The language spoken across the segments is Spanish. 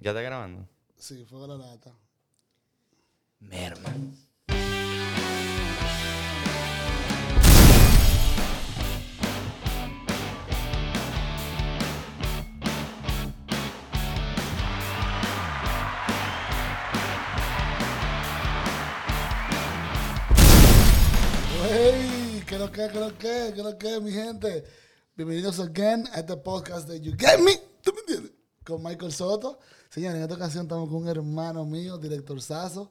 ¿Ya está grabando? Sí, fue la lata. Merma. ¡Hey! ¿Qué lo que, qué lo que, qué lo que, mi gente? Bienvenidos again a este podcast de You Get Me, ¿tú me entiendes? Con Michael Soto. Señores, en esta ocasión estamos con un hermano mío, director Sazo,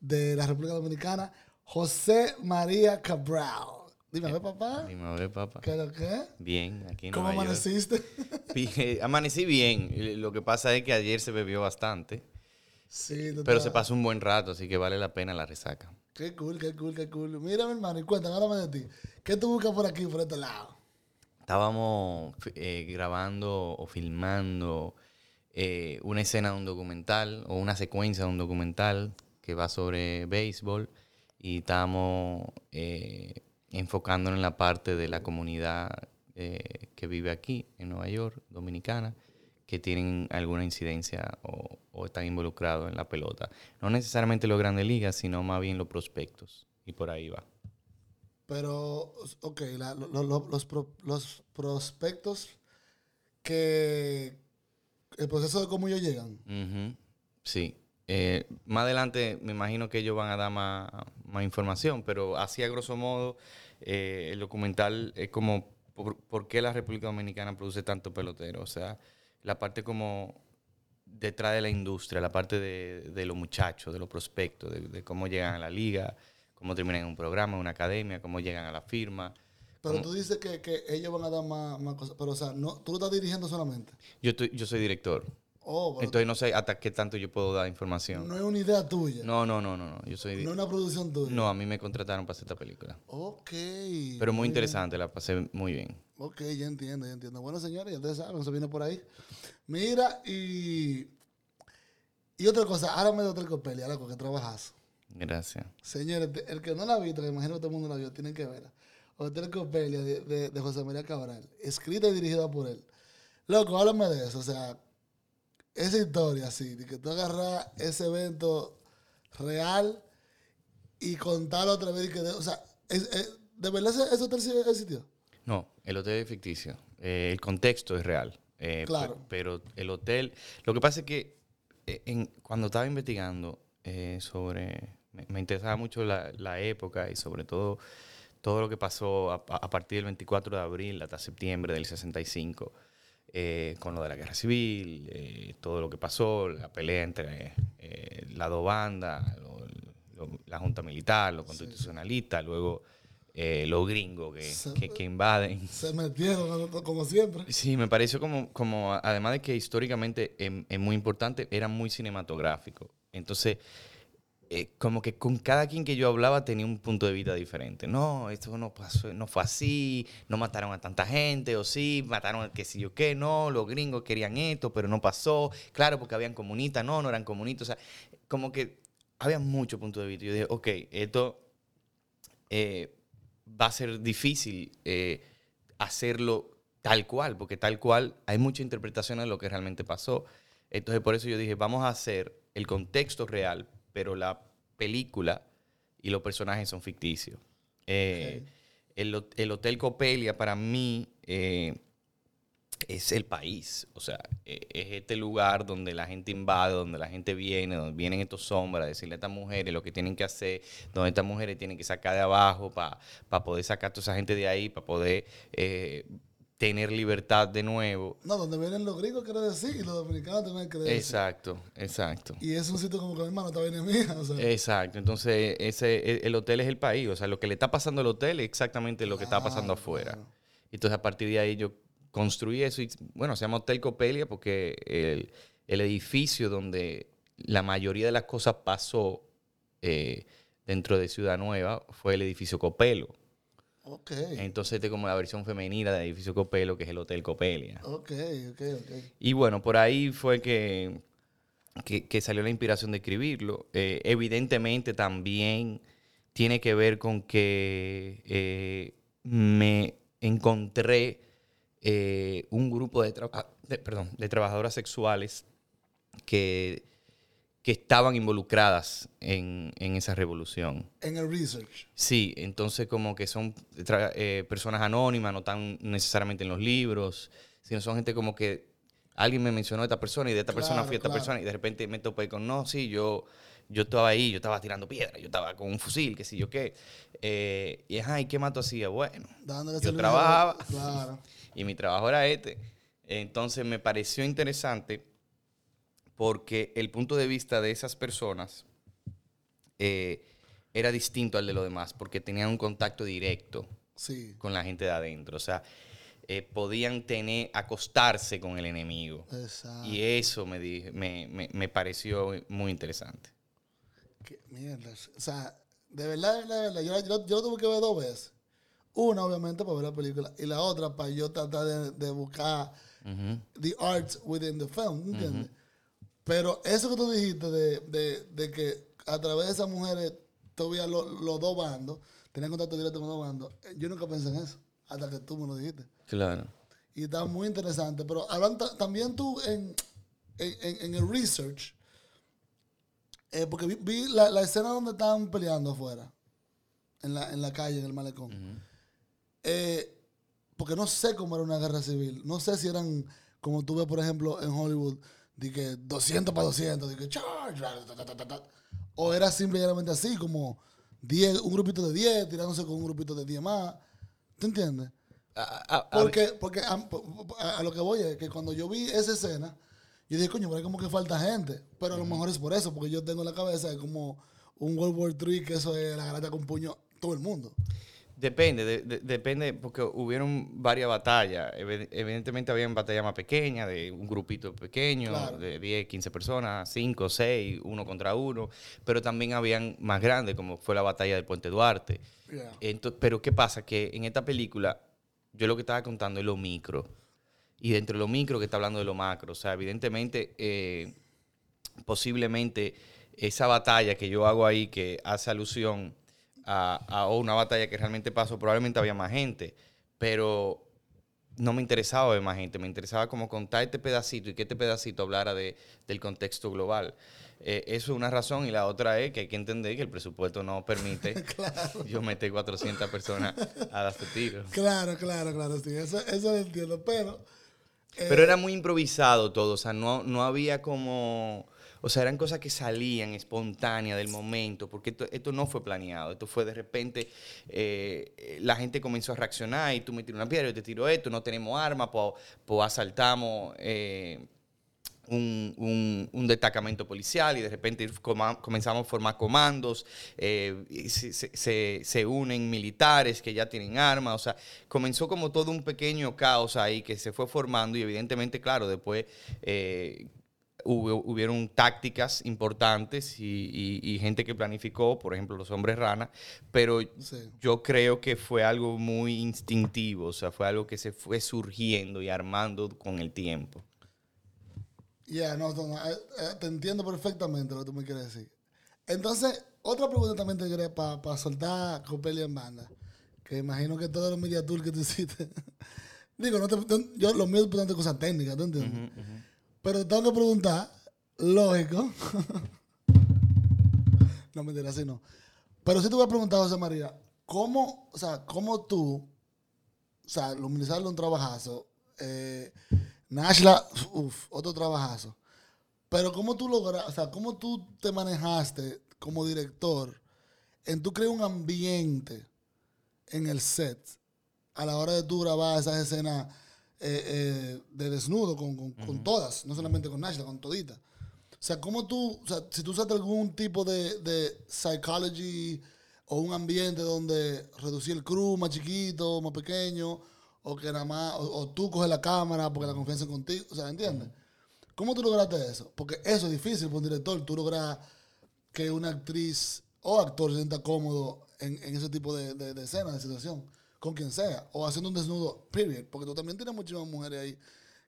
de la República Dominicana, José María Cabral. Dime, a ver, papá? Dime, a ver, papá. ¿Qué lo que? Bien, aquí en ¿Cómo Nueva York. amaneciste? Bien, Amanecí bien. Y Lo que pasa es que ayer se bebió bastante, sí, tú pero estás- se pasó un buen rato, así que vale la pena la resaca. Qué cool, qué cool, qué cool. Mira, mi hermano, y cuéntame, háblame de ti. ¿Qué tú buscas por aquí, por este lado? Estábamos eh, grabando o filmando eh, una escena de un documental o una secuencia de un documental que va sobre béisbol y estábamos eh, enfocándonos en la parte de la comunidad eh, que vive aquí, en Nueva York, dominicana, que tienen alguna incidencia o, o están involucrados en la pelota. No necesariamente los grandes ligas, sino más bien los prospectos. Y por ahí va. Pero, ok, la- lo- lo- lo- los, pro- los prospectos que el proceso de cómo ellos llegan. Ujú, Sí. Eh, más adelante me imagino que ellos van a dar más, más información, pero así a grosso modo eh, el documental es como por, por qué la República Dominicana produce tanto pelotero. O sea, la parte como detrás de la industria, la parte de, de los muchachos, de los prospectos, de, de cómo llegan a la liga, cómo terminan en un programa, en una academia, cómo llegan a la firma. Pero tú dices que, que ellos van a dar más, más cosas. Pero, o sea, no, tú lo estás dirigiendo solamente. Yo, estoy- yo soy director, Oh, pero entonces no sé hasta qué tanto yo puedo dar información. no es una idea tuya. No, No, no, no, no, no. Yo soy es una producción tuya. No, a mí me contrataron para hacer esta película. Ok. Pero muy interesante, la pasé muy bien. Ok, ya entiendo, ya entiendo. Bueno, señores, ya ustedes saben, se viene por ahí. Mira, y. Y otra cosa, háblame de otra copelia, loco, que trabajas. Gracias. Señores, de- el que no la ha visto, que imagino que todo el mundo la vio, tienen que verla. Hotel Copelia de, de, de José María Cabral, escrita y dirigida por él. Loco, háblame de eso, o sea, esa historia así, de que tú agarras ese evento real y contarlo otra vez, y que de- o sea, es- es- ¿de verdad ese, ese hotel sí existió? No, el hotel es ficticio. Eh, el contexto es real. Eh, pe- Claro. Pero, el hotel. Lo que pasa es que eh, en- cuando estaba investigando eh, sobre. Me, me interesaba mucho la, la época y sobre todo todo lo que pasó a, a- a partir del 24 de abril hasta septiembre del 65. eh, con lo de la guerra civil, eh, todo lo que pasó, la pelea entre eh, las dos bandas, lo- lo- la junta militar, los constitucionalistas, luego eh, los gringos que, Se- que- que invaden. Se metieron como- como siempre. Sí, me pareció como, como a- además de que históricamente em- es, muy importante, era muy cinematográfico. Entonces, eh, como que con cada quien que yo hablaba tenía un punto de vista diferente. No, esto no pasó, no fue así, no mataron a tanta gente, o sí, mataron al que sí yo qué, no, los gringos querían esto, pero no pasó. Claro, porque habían comunistas, no, no eran comunistas. O sea, como que había mucho punto de vista. Yo dije, ok, esto eh, va a ser difícil eh, hacerlo tal cual, porque tal cual hay mucha interpretación de lo que realmente pasó. Entonces, por eso yo dije, vamos a hacer el contexto real, pero la película y los personajes son ficticios. Eh, Ok. el, hot- el Hotel Copelia para mí eh, es el país, o sea, e- es este lugar donde la gente invade, donde la gente viene, donde vienen estos sombras a decirle a estas mujeres lo que tienen que hacer, donde estas mujeres tienen que sacar de abajo para poder sacar a toda esa gente de ahí, para poder eh, tener libertad de nuevo. No, donde vienen los gringos, quiero decir, y los dominicanos también quiero decir. Exacto, exacto. Y es un sitio como que mi hermano está bien mía, o Eh, sea. Exacto, entonces ese, e- el hotel es el país, o sea, lo que le está pasando al hotel es exactamente lo que está pasando Claro, afuera. claro. Entonces a partir de ahí yo construí eso y bueno, se llama Hotel Copelia porque el, el edificio donde la mayoría de las cosas pasó eh, dentro de Ciudad Nueva fue el edificio Copelo. Ok, Entonces este es como la versión femenina del edificio Copelo que es el Hotel Copelia. ok, ok, ok. Y bueno, por ahí fue que, que, que salió la inspiración de escribirlo. Eh, evidentemente también tiene que ver con que eh, me encontré eh, un grupo de, traba- de- perdón, de trabajadoras sexuales que, que estaban involucradas en, en esa revolución. En el research. Sí, entonces como que son tra- eh, personas anónimas, no están necesariamente en los libros, sino son gente como que alguien me mencionó a esta persona y de esta persona Claro, fui a esta claro. persona y de repente me topé con, no, sí, yo, yo estaba ahí, yo estaba tirando piedra, yo estaba con un fusil, qué sé yo qué. Eh, y ajá, ¿y qué mato hacía? Bueno, Dándole Yo servicio- trabajaba. Claro. y mi trabajo era este. Entonces me pareció interesante porque el punto de vista de esas personas eh, era distinto al de los demás, porque tenían un contacto directo Sí. con la gente de adentro. O sea, eh, podían tener, acostarse con el enemigo. Exacto. Y eso me, dije, me, me- me pareció muy interesante. Qué mierda. O sea, de verdad, de verdad, de verdad. Yo, la- yo la- yo lo tuve que ver dos veces. Una, obviamente, para ver la película. Y la otra, para yo tratar de, de buscar Ujú. the arts within the film. ¿Entiendes? Pero eso que tú dijiste de, de, de que a través de esas mujeres todavía lo- los dos bandos, tenían contacto directo con los dos bandos. eh, Yo nunca pensé en eso. Hasta que tú me lo dijiste. Claro. Y está muy interesante. Pero hablan ta- también tú en, en- en- en el research. eh, porque vi, vi la, la escena donde estaban peleando afuera. En la, en la calle, en el malecón. Eh, porque no sé cómo era una guerra civil. No sé si eran, como tú ves, por ejemplo, en Hollywood, de que 200 para 200, de que charge, ta, ta, ta, ta, ta. O era simplemente así, como 10, un grupito de 10 tirándose con un grupito de 10 más. ¿Te entiendes? Ah, Porque, porque am- po- po- a, a lo que voy es que cuando yo vi esa escena, yo dije, coño, pero es como que falta gente. Pero a lo mejor es por eso, porque yo tengo en la cabeza de como un World War III, que eso es la garata con puño todo el mundo. Depende, de- de- depende, porque hubieron varias batallas. Evi- Evidentemente habían batallas más pequeñas, de un grupito pequeño, Claro. de 10, 15 personas, 5, 6, uno contra uno, pero también habían más grandes, como fue la batalla del Puente Duarte. Yeah. Ento- pero ¿qué pasa? Que en esta película, yo lo que estaba contando es lo micro. Y dentro de lo micro que está hablando de lo macro. O sea, evidentemente, eh, posiblemente esa batalla que yo hago ahí, que hace alusión a, a una batalla que realmente pasó, probablemente había más gente. Pero no me interesaba ver más gente, me interesaba como contar este pedacito y que este pedacito hablara de, del contexto global. Eh, eso es una razón y la otra es que hay que entender que el presupuesto no permite yo meter 400 personas a dar su tiro. Claro, claro, claro, sí, eso, eso lo entiendo, pero... eh, Pero era muy improvisado todo, o sea, no, no había como... O sea, eran cosas que salían espontáneas del momento, porque esto, esto no fue planeado, esto fue de repente, eh, eh, la gente comenzó a reaccionar y tú me tiras una piedra, yo te tiro esto, no tenemos armas, pues asaltamos eh, un, un- un destacamento policial y de repente coma- comenzamos a formar comandos, eh, y se, se- se- se unen militares que ya tienen armas, o sea, comenzó como todo un pequeño caos ahí que se fue formando y evidentemente, claro, después... eh, hubo- hubieron tácticas importantes y, y- y gente que planificó, por ejemplo, los hombres rana, pero Sí. yo creo que fue algo muy instintivo, o sea, fue algo que se fue surgiendo y armando con el tiempo. Ya, no, no, no, eh, eh, te entiendo perfectamente lo que tú me quieres decir. Entonces, otra pregunta también te quería para soltar Copelia en banda, que imagino que todos los media tour que tú hiciste. Digo, no te, no- yo lo mío es importante cosas técnicas, ¿tú entiendes? Pero te tengo que preguntar, lógico. no me dirás así, no. Pero sí te voy a preguntar, José María, ¿cómo, o sea, cómo tú, o sea, los militares un trabajazo, eh, Nashla, uff, otro trabajazo. Pero ¿cómo tú lograste, o sea, cómo tú te manejaste como director en tú crear un ambiente en el set a la hora de tú grabar esas escenas eh, eh, de desnudo con, con- con todas, no solamente con Nashla, con todita? O sea, ¿cómo tú, o sea, si tú usaste algún tipo de, de psychology o un ambiente donde reducir el crew más chiquito, más pequeño, o que nada más, o, o tú coges la cámara porque la confianza es contigo, o sea, ¿entiendes? ¿Cómo tú lograste eso? Porque eso es difícil para un director, tú logras que una actriz o actor se sienta cómodo en, en ese tipo de, de, de escena, de situación, con quien sea, o haciendo un desnudo, period, porque tú también tienes muchísimas mujeres ahí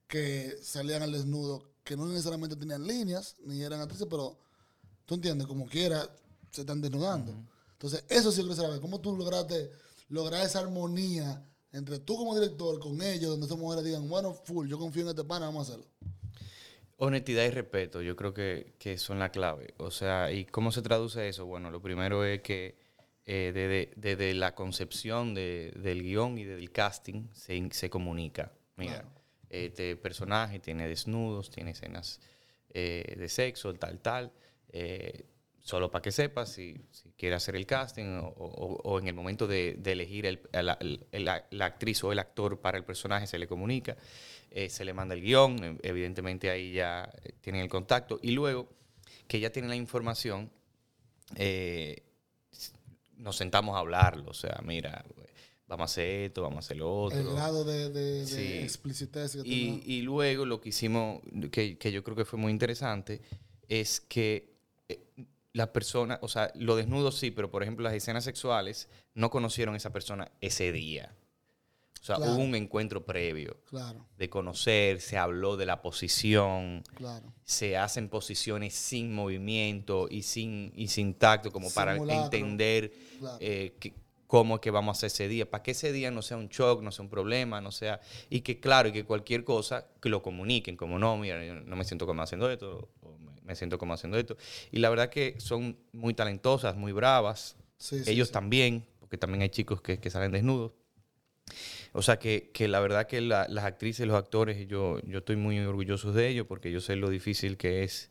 que salían al desnudo, que no necesariamente tenían líneas, ni eran actrices, pero tú entiendes, como quiera, se están desnudando. Entonces, eso sí yo quiero saber, ¿cómo tú lograste lograr esa armonía entre tú como director, con ellos, donde esas mujeres digan, bueno, full, yo confío en este pana, vamos a hacerlo? Honestidad y respeto, yo creo que, que son la clave. O sea, ¿y cómo se traduce eso? Bueno, lo primero es que eh, desde, desde la concepción de- del guión y del casting se, in- se comunica. Mira, Claro. este personaje tiene desnudos, tiene escenas eh, de sexo, tal, tal. eh, solo para que sepas si, si quiere hacer el casting o, o- o en el momento de, de elegir el- a la, el- la- la actriz o el actor para el personaje se le comunica, eh, se le manda el guión, eh, evidentemente ahí ya eh, tienen el contacto y luego que ya tienen la información, eh, s- nos sentamos a hablarlo, o sea, mira, vamos a hacer esto, vamos a hacer lo otro. El grado de, de, de Sí. explicitez que Y, tenga. y luego lo que hicimos, que, que yo creo que fue muy interesante, es que eh, las personas, o sea, lo desnudo sí, pero por ejemplo las escenas sexuales no conocieron a esa persona ese día. O sea, Claro. hubo un encuentro previo Claro, de conocer, se habló de la posición, claro. se hacen posiciones sin movimiento y sin, y sin tacto, como para Simulacro. entender claro. eh, que- cómo es que vamos a hacer ese día, para que ese día no sea un shock, no sea un problema, no sea, y que claro, y que cualquier cosa, que lo comuniquen, como no, mira, yo no me siento como haciendo esto, o me me siento como haciendo esto. Y la verdad que son muy talentosas, muy bravas, Sí, sí, ellos sí. también, porque también hay chicos que, que salen desnudos. O sea que, que la verdad que la- las actrices, los actores, yo, yo estoy muy orgulloso de ellos porque yo sé lo difícil que es,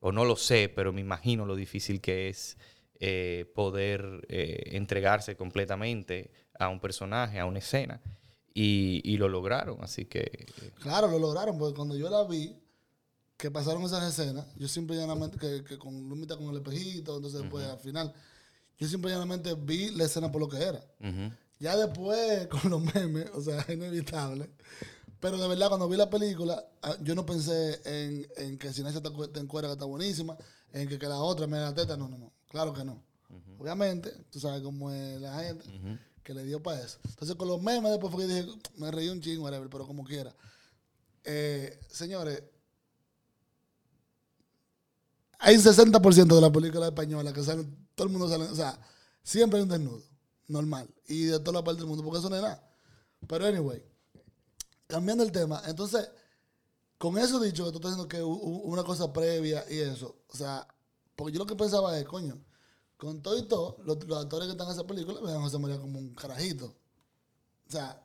o no lo sé, pero me imagino lo difícil que es eh, poder eh, entregarse completamente a un personaje, a una escena. Y, y lo lograron, así que... eh, Claro, lo lograron, porque cuando yo la vi, que pasaron esas escenas, yo simple y llanamente, que, que con Lumita con el espejito, entonces después al final, yo simple y llanamente vi la escena por lo que era. ujú. Ya después, con los memes, o sea, es inevitable. Pero de verdad, cuando vi la película, ah, yo no pensé en, en que Sinacha está, cu- está en cuera, que está buenísima, en que, que la otra me da teta, no, no, no. Claro que no. Obviamente, tú sabes cómo es la gente que le dio para eso. Entonces, con los memes, después fue que dije, me reí un chingo, whatever, pero como quiera. Eh, señores, hay 60% de la película española que sale, todo el mundo sale, o sea, siempre hay un desnudo, normal, y de toda la parte del mundo, porque eso no es nada. Pero anyway, cambiando el tema, entonces, con eso dicho, que tú estás diciendo que hu- hu- una cosa previa y eso, o sea, porque yo lo que pensaba es, coño, con todo y todo, los, los actores que están en esa película vean a José María como un carajito, o sea,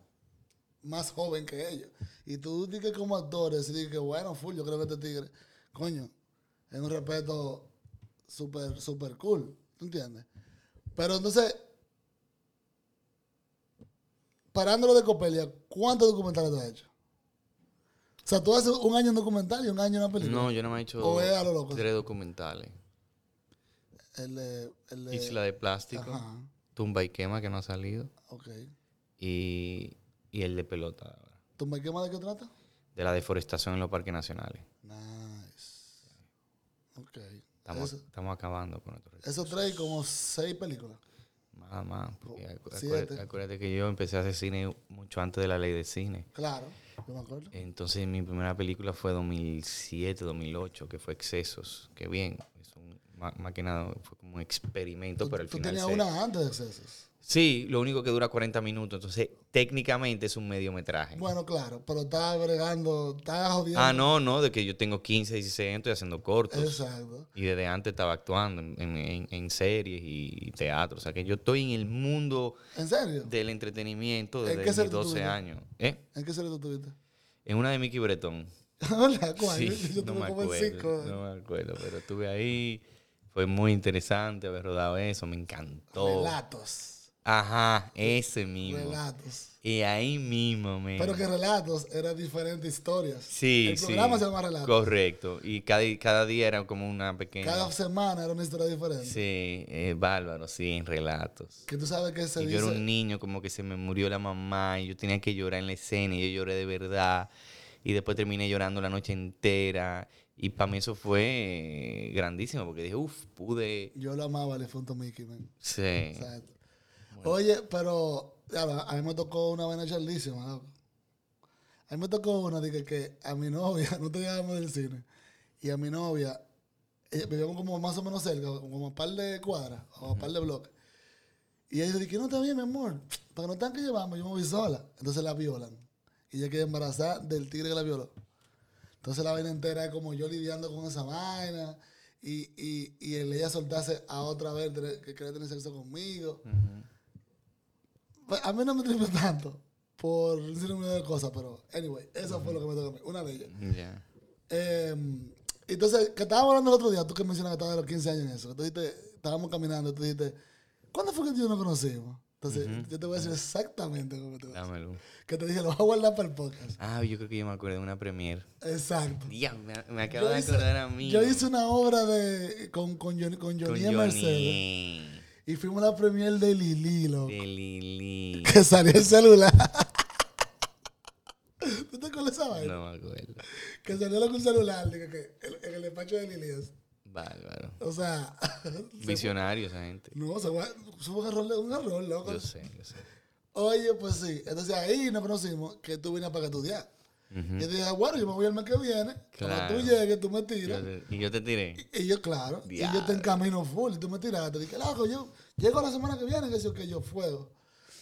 más joven que ellos. Y tú dices como actores, y dices que bueno, full, yo creo que este tigre, coño, es un respeto súper, súper cool. ¿Tú entiendes? Pero entonces, parándolo de Copelia, ¿cuántos documentales tú has hecho? O sea, tú haces un año en documental y un año en una película. No, yo no me he hecho O es a lo loco. tres documentales. El, de- el de- Isla de Plástico, Ajá, Tumba y Quema, que no ha salido, ok. y, y el de Pelota ahora. ¿Tú me quemas de qué trata? de la deforestación en los parques nacionales. Nice. Ok. Estamos, Eso- estamos acabando con nuestro recurso. Esos tres y como seis películas. Más, más. porque Oh, acu- acuérdate- siete. acuérdate que yo empecé a hacer cine mucho antes de la ley de cine. Claro, yo me acuerdo. Entonces mi primera película fue 2007, 2008, que fue Excesos. Que bien, es un, ma- más que nada fue como un experimento, Tú, pero al tú final... tenías se- una antes de excesos. Sí, lo único que dura 40 minutos, entonces técnicamente es un mediometraje. Bueno, claro, pero estaba bregando, estaba jodiendo. Eh. ah, no, pues. no, de que yo tengo 15, 16 años, estoy haciendo cortos. Exacto. Y desde antes estaba actuando en, en- en- en series y, y teatro. O sea que yo estoy en el mundo ¿En serio? del entretenimiento ¿En desde qué serie mis tú 12 estuviste? años. ¿Eh? ¿En qué serie tú tuviste? En una de Mickey Bretón. Hola, ¿cuál? Sí, yo no tuve me como en cinco. acuerdo. No me acuerdo, pero estuve ahí. Fue muy interesante haber rodado eso. Me encantó. Relatos. Ajá, ese mismo. Relatos. Y ahí mismo, me. Pero que relatos era diferentes historias. Sí, El sí. programa se llama Relatos. Correcto. Y cada, cada día era como una pequeña. Cada semana era una historia diferente. Sí, eh, bárbaro, sí, en relatos. Que tú sabes que se Y dice. yo era un niño, como que se me murió la mamá y yo tenía que llorar en la escena y yo lloré de verdad. Y después terminé llorando la noche entera. Y para mí eso fue eh, grandísimo porque dije, uff, pude. Yo lo amaba, el difunto Mickey, man. Mm. Sí. Exacto. Oye, pero claro, a mí me tocó una vaina charlísima, loco. A mí me tocó una de que, que a mi novia, no te llamamos del cine, y a mi novia, eh, vivíamos como más o menos cerca, como un par de cuadras o un par de bloques. Y ella dice, que no está bien, mi amor, para que no tengan que llevarme, yo me voy sola. Entonces la violan. Y ella queda embarazada del tigre que la violó. Entonces la vaina entera es como yo lidiando con esa vaina y, y, y el ella soltarse a otra vez tener- que quería tener sexo conmigo. Pues, a mí no me tripe tanto por un sinnúmero de cosas, pero anyway, eso fue lo que me tocó a mí, una de ellas. Ya. Eh, entonces, que estábamos hablando el otro día, tú que mencionas que estabas de los 15 años en eso, que tú dijiste, estábamos caminando, tú dijiste, ¿cuándo fue que yo nos conocimos? Entonces, yo te voy a decir exactamente cómo te voy a decir. Dámelo. Que te dije, lo voy a guardar para el podcast. Ah, yo creo que yo me acuerdo de una premiere. Exacto. Diablo, me, me acabo de hice- acordar a mí. Yo hice una obra de, con, con, Johnny- con con Johnny Johnny. Mercedes y fuimos a la premier de Lili, loco. De Lili. Que salió el celular. ¿Tú te acuerdas de esa vaina? No me acuerdo. Que salió con un celular digo, que, en, en el despacho de Lili. así. Bárbaro. O sea, Visionario esa gente. no, se fue, se fue un error, un error, loco. Yo sé, yo sé. Oye, pues sí. Entonces ahí nos conocimos que tú venías para acá a estudiar. Yo te dije, bueno, yo me voy el mes que viene. Mm. Claro. Cuando tú llegues, tú me Yo tiras. te- y yo te tiré. Y yo, claro, y yo te encamino full, y tú me tiraste, dije, loco, yo llego la semana que viene, que yo que yo fuego.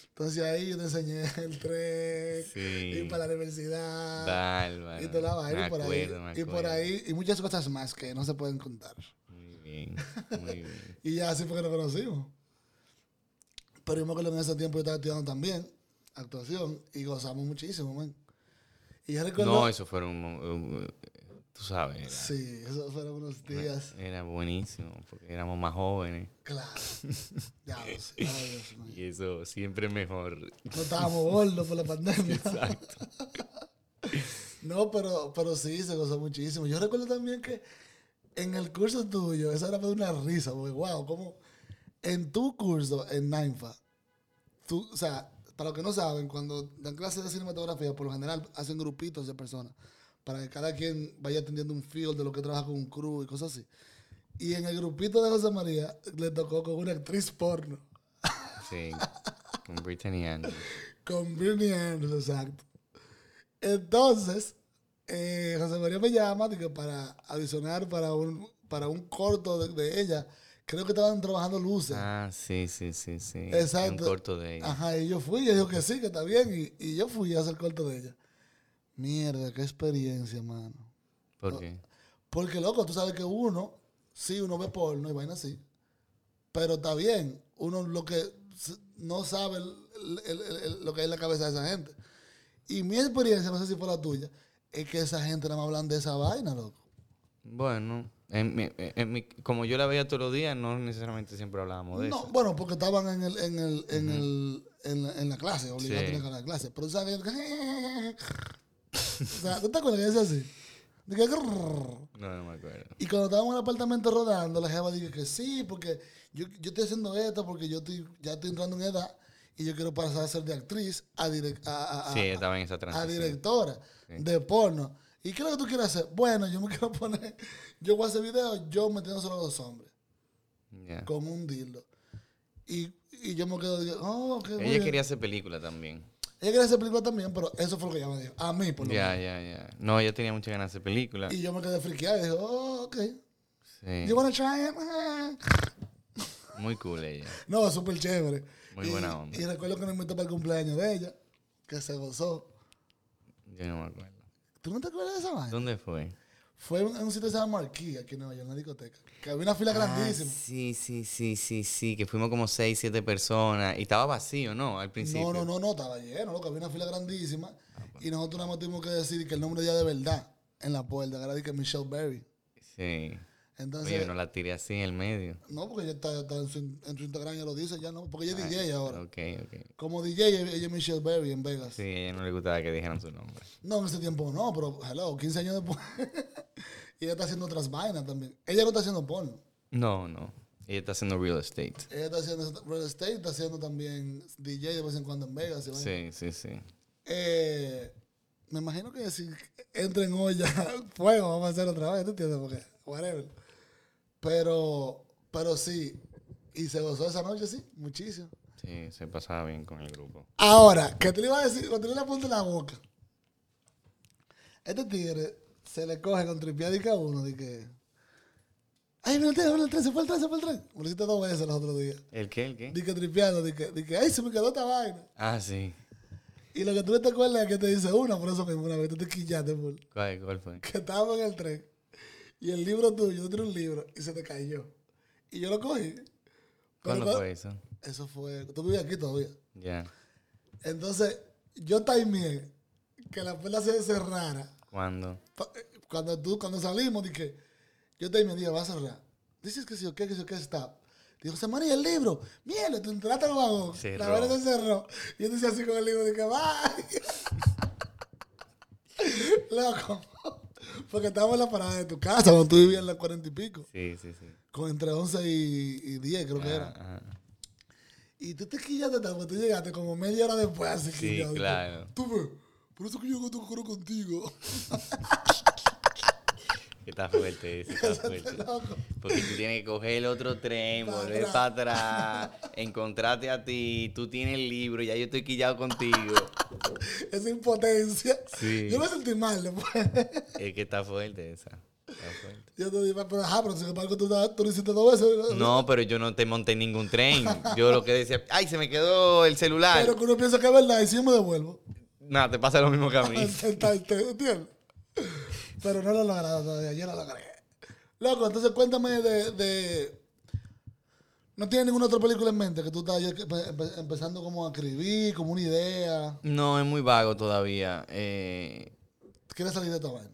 Entonces ahí yo te enseñé el tren, Sí. ir para la universidad, Bárbaro. y toda la vaina, Me y por acuerdo, ahí, me y por acuerdo. ahí, y muchas cosas más que no se pueden contar. Muy bien, muy bien. Y ya así fue que nos conocimos. Pero yo me acuerdo que en ese tiempo yo estaba estudiando también, actuación, y gozamos muchísimo, man. Y yo recuerdo, No, eso fueron. un- un- Tú sabes. era- sí, esos fueron unos días, Era buenísimo, porque éramos más jóvenes. claro, ya, lo sé. Ay, Dios mío. Y eso siempre es mejor. No estábamos gordos por la pandemia. Exacto. No, pero, pero sí, se gozó muchísimo. Yo recuerdo también que en el curso tuyo, esa era para una risa, porque wow, como en tu curso, en NINFA, tú, o sea, para los que no saben, cuando dan clases de cinematografía, por lo general hacen grupitos de personas, para que cada quien vaya atendiendo un field de lo que trabaja con un crew y cosas así. Y en el grupito de José María le tocó con una actriz porno, Sí. Con Brittany Andrews. con Britney Andrews, exacto. Entonces, eh, José María me llama dije, para adicionar para un, para un corto de, de ella. Creo que estaban trabajando luces. Ah, sí, sí, sí, sí. Exacto. Ah, Un corto de ella. Ajá, y yo fui, ella dijo que sí, que está bien, y, y yo fui a hacer corto de ella. Mierda, qué experiencia, mano. ¿Por qué? Porque, loco, tú sabes que uno, sí, uno ve porno y vaina así, pero está bien. Uno lo que s- no sabe el- el- el- el- lo que hay en la cabeza de esa gente. Y mi experiencia, no sé si fue la tuya, es que esa gente nada más hablan de esa vaina, loco. Bueno, en mi- en mi- como yo la veía todos los días, no necesariamente siempre hablábamos de No, eso. bueno, porque estaban en el, en el, en el, en la, en la clase, obligados Sí. a tener que hablar de clase. Pero tú sabes que- o sea, ¿tú te acuerdas que es así? De que grrr. No, no me acuerdo. Y cuando estábamos en el apartamento rodando, la jefa dijo que sí, porque yo, yo estoy haciendo esto, porque yo estoy, ya estoy entrando en edad y yo quiero pasar a ser de actriz a, direc- a, a- a- Sí, estaba en esa a transición. directora de porno. ¿Y qué es lo que tú quieres hacer? Bueno, yo me quiero poner, yo voy a hacer videos, yo metiendo solo a los hombres Ya. con un dildo. Y, y yo me quedo, digo, oh, qué Ella quería hacer película también. Ella quería hacer película también, pero eso fue lo que ella me dijo. A mí, por lo Ya, ya, ya. No, ella tenía muchas ganas de hacer película. menos. Y yo me quedé friqueado y dije, oh, ok. Sí. You wanna try it? Ah. Muy cool ella. No, súper chévere. Muy Y- buena onda. Y recuerdo que nos invitó para el cumpleaños de ella, que se gozó. Yo no me acuerdo. ¿Tú no te acuerdas de esa vaina? ¿Dónde fue? Fue en en un sitio que se llama Marquis, aquí en Nueva York, en una discoteca. Que había una fila Ah, grandísima. sí, sí, sí, sí, sí, que fuimos como seis, siete personas y estaba vacío, ¿no? Al principio. No, no, no, no, estaba lleno, loco, había una fila grandísima. Ah, Y nosotros nada más tuvimos que decir que el nombre de ella de verdad en la puerta, que era de que Michelle Berry. Sí. Entonces, Oye, no la tiré así en el medio. no, porque ella está, está en, su, en su Instagram, ya lo dice, ya no, porque ella Ah, es DJ ahora. Ok, ok. Como DJ, ella ella es Michelle Berry en Vegas. Sí, a ella no le gustaba que dijeran su nombre. No, en ese tiempo no, pero hello, 15 años después. y ella está haciendo otras vainas también. Ella no está haciendo porno. No, no. Ella está haciendo real estate. Ella está haciendo real estate, está haciendo también DJ de vez en cuando en Vegas. y vaina. Sí, sí, sí. Eh, me imagino que si entra en olla, fuego, vamos a hacer otra vez, ¿tú entiendes? Porque, whatever. Pero, pero sí. Y se gozó esa noche, sí, muchísimo. Sí, se pasaba bien con el grupo. Ahora, que te le iba a decir, cuando le apunto en la boca. Este tigre se le coge con tripiádica a uno de que. Ay, mira el tren, mira el tren, se fue el tren, se fue el tren. Me lo hiciste dos veces los otros días. ¿El qué? ¿El qué? Di que tripeando, di que, di que, ay, se me quedó esta vaina. Ah, sí. Y lo que tú no te acuerdas es que te dice una, por eso mismo, una vez tú te quillaste, full. ¿Cuál, cuál fue? Que estábamos en el tren. Y el libro tuyo, yo tenía un libro y se te cayó. Y yo lo cogí. Pero ¿Cuándo cuando- fue eso? Eso fue. Tú vivías aquí todavía. Ya. Entonces, yo timeé que la puerta se cerrara. ¿Cuándo? Pa- eh, Cuando, tú, cuando salimos, dije, yo te dije, va a cerrar. Dices que sí, ok, que sí, ok, está. Dijo, se maría el libro. Mierda, te entraste al vagón. Cerró. La verdad se cerró. Y yo te hice así con el libro, dije, bye. Loco. Porque estábamos en la parada de tu casa, cuando tú vivías en la cuarenta y pico. Sí, sí, sí. Con entre 11 y, y 10, creo que Ah, era. ah. Y tú te quillaste tanto, tú llegaste como media hora después, así Sí, quillado. Dije, claro. Tú ves, por eso que yo no corro contigo. Está fuerte eso, está fuerte. Loco. Porque tú tienes que coger el otro tren, Pa' volver para atrás, encontrarte a ti, tú tienes el libro, ya yo estoy quillado contigo. esa impotencia. Sí. Yo me sentí mal después. Es que está fuerte esa. Está fuerte. Yo te dije, pero ajá, pero sin embargo tú, tú lo hiciste dos veces. No, pero yo no te monté en ningún tren. Yo lo que decía, ay, se me quedó el celular. Pero que uno piensa que es verdad y si yo me devuelvo. Nada, te pasa lo mismo que a mí. Te- te- te- ¿Entiendes? Pero no lo logré todavía, yo no lo logré. Loco, entonces cuéntame de, de... ¿No tienes ninguna otra película en mente que tú estás ya empe- empe- empezando como a escribir, como una idea? No, es muy vago todavía. Eh, ¿Quieres salir de esta vaina?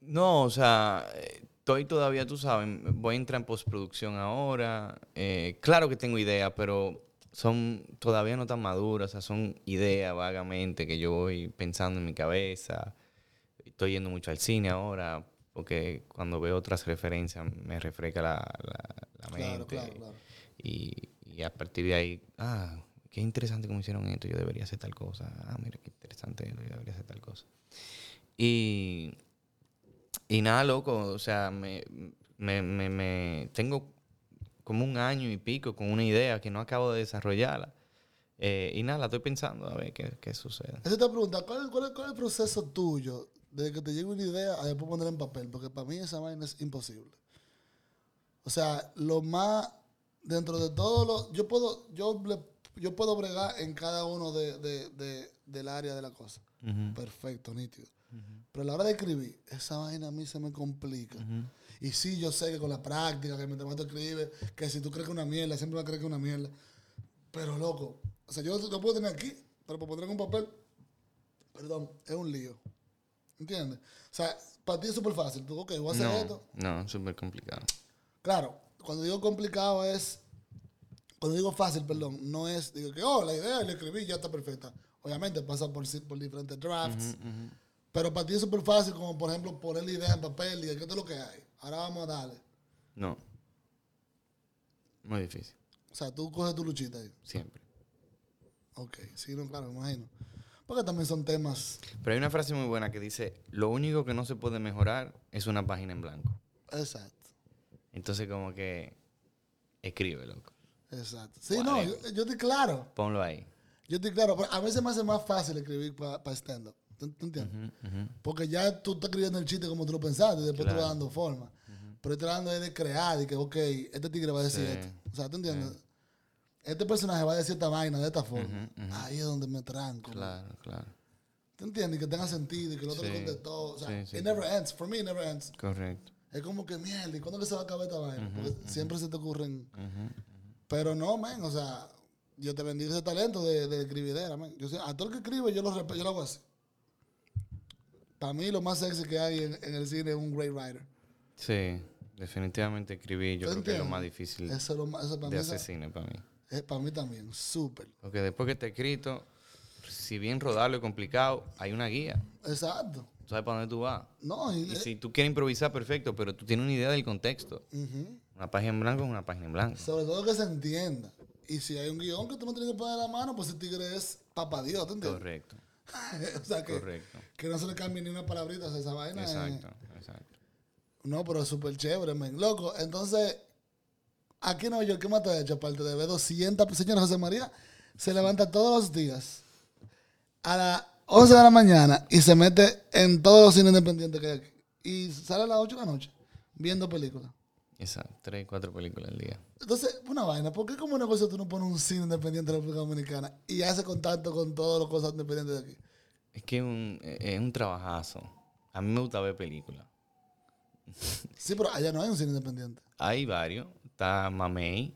No, o sea, eh, estoy todavía, tú sabes, m- voy a entrar en postproducción ahora. eh, claro que tengo ideas, pero son todavía no tan maduras, o sea, son ideas vagamente que yo voy pensando en mi cabeza. Estoy yendo mucho al cine ahora, porque cuando veo otras referencias me refresca la, la- la Claro, mente. claro, claro. Y, y a partir de ahí, ah, qué interesante cómo hicieron esto, yo debería hacer tal cosa. Ah, mira, qué interesante, yo debería hacer tal cosa. Y, y nada, loco, o sea, me, me- me- me- tengo como un año y pico con una idea que no acabo de desarrollarla. Eh, y nada, la estoy pensando a ver qué, qué sucede. Eso te pregunta, ¿cuál, es- cuál, es- cuál es el proceso tuyo desde que te llega una idea a después ponerla en papel? Porque para mí esa vaina es imposible. O sea, lo más, dentro de todo lo, yo puedo, yo, le- yo puedo bregar en cada uno de, de- de- del área de la cosa. Ujú, Perfecto, nítido. Pero a la hora de escribir, esa vaina a mí se me complica. ujú. Y sí, yo sé que con la práctica, que mientras más tú escribes, que si tú crees que es una mierda, siempre vas a creer que es una mierda. Pero loco, o sea, yo lo puedo tener aquí, pero para poner en un papel, perdón, es un lío. ¿Entiendes? O sea, para ti es súper fácil. Tú, ok, voy a hacer No, esto. no, súper complicado. Claro, cuando digo complicado es, cuando digo fácil, perdón, no es, digo que, oh, la idea, la escribí, ya está perfecta. Obviamente pasa por, si- por diferentes drafts, ujú. pero para ti es súper fácil, como por ejemplo poner la idea en papel y que esto es lo que hay. Ahora vamos a darle. No. Muy difícil, O sea, tú coges tu luchita ahí. siempre. Ok, sí, no, claro, me imagino. Porque también son temas. Pero hay una frase muy buena que dice, lo único que no se puede mejorar es una página en blanco. Exacto, Entonces como que escribe, loco. exacto. Sí, no, Whatever. yo, yo estoy claro. Ponlo ahí. Yo estoy claro. Pero a mí se me hace más fácil escribir para stand-up. ¿Tú, tú entiendes? Ujú, ujú. Porque ya tú estás escribiendo el chiste como tú lo pensaste y después tú Claro. vas dando forma. Pero estoy tratando es de crear y que, ok, este tigre va a decir Sí. esto. O sea, ¿tú entiendes? Este personaje va a decir esta vaina de esta forma. Ujú, ujú. Ahí es donde me tranco. Claro, claro. ¿Tú entiendes? Y Que tenga sentido y que el otro Sí. le contestó. O sea, Sí, sí, sí. it never ends. For me, it never ends. Correcto. Es como que, mierda, ¿y cuándo que se va a acabar esta vaina? Porque siempre se te ocurren. Pero no, man, o sea, yo te bendigo ese talento de, de escribidera, man. Yo, sé- a todo el que escribe, yo lo, respe- yo lo hago así. Para mí, lo más sexy que hay en, en el cine es un great writer. Sí, definitivamente escribir yo ¿Tú creo que es lo entiendes? más difícil Eso es lo más, eso para de mí, esa- asesino para mí. es para mí también, súper. Porque después que está escrito, si bien rodarlo es complicado, hay una guía. Exacto. Tú sabes para dónde tú vas. No, y, Y eh, si tú quieres improvisar, perfecto, pero tú tienes una idea del contexto. ujú. Una página en blanco es una página en blanco. sobre todo que se entienda. Y si hay un guión que tú no tienes que poner la mano, pues ese tigre es papá Dios, ¿te entiendes? Correcto, o sea, que, correcto. que no se le cambie ni una palabrita a esa vaina. eh, es- Exacto, exacto. No, pero es súper chévere, men. Loco, entonces, aquí en Nueva York, ¿qué más te ha hecho? Aparte de ver 200... Señora José María se levanta todos los días a las 11 de la mañana y se mete en todos los cines independientes que hay aquí. Y sale a las 8 de la noche viendo películas. Esas tres, cuatro películas al día. Entonces, una vaina, ¿por qué como negocio tú no pones un cine independiente de la República Dominicana y haces contacto con todas las cosas independientes de aquí? Es que es un, eh, es un trabajazo. A mí me gusta ver películas. Sí, pero allá no hay un cine independiente. Hay varios. Está Mamey.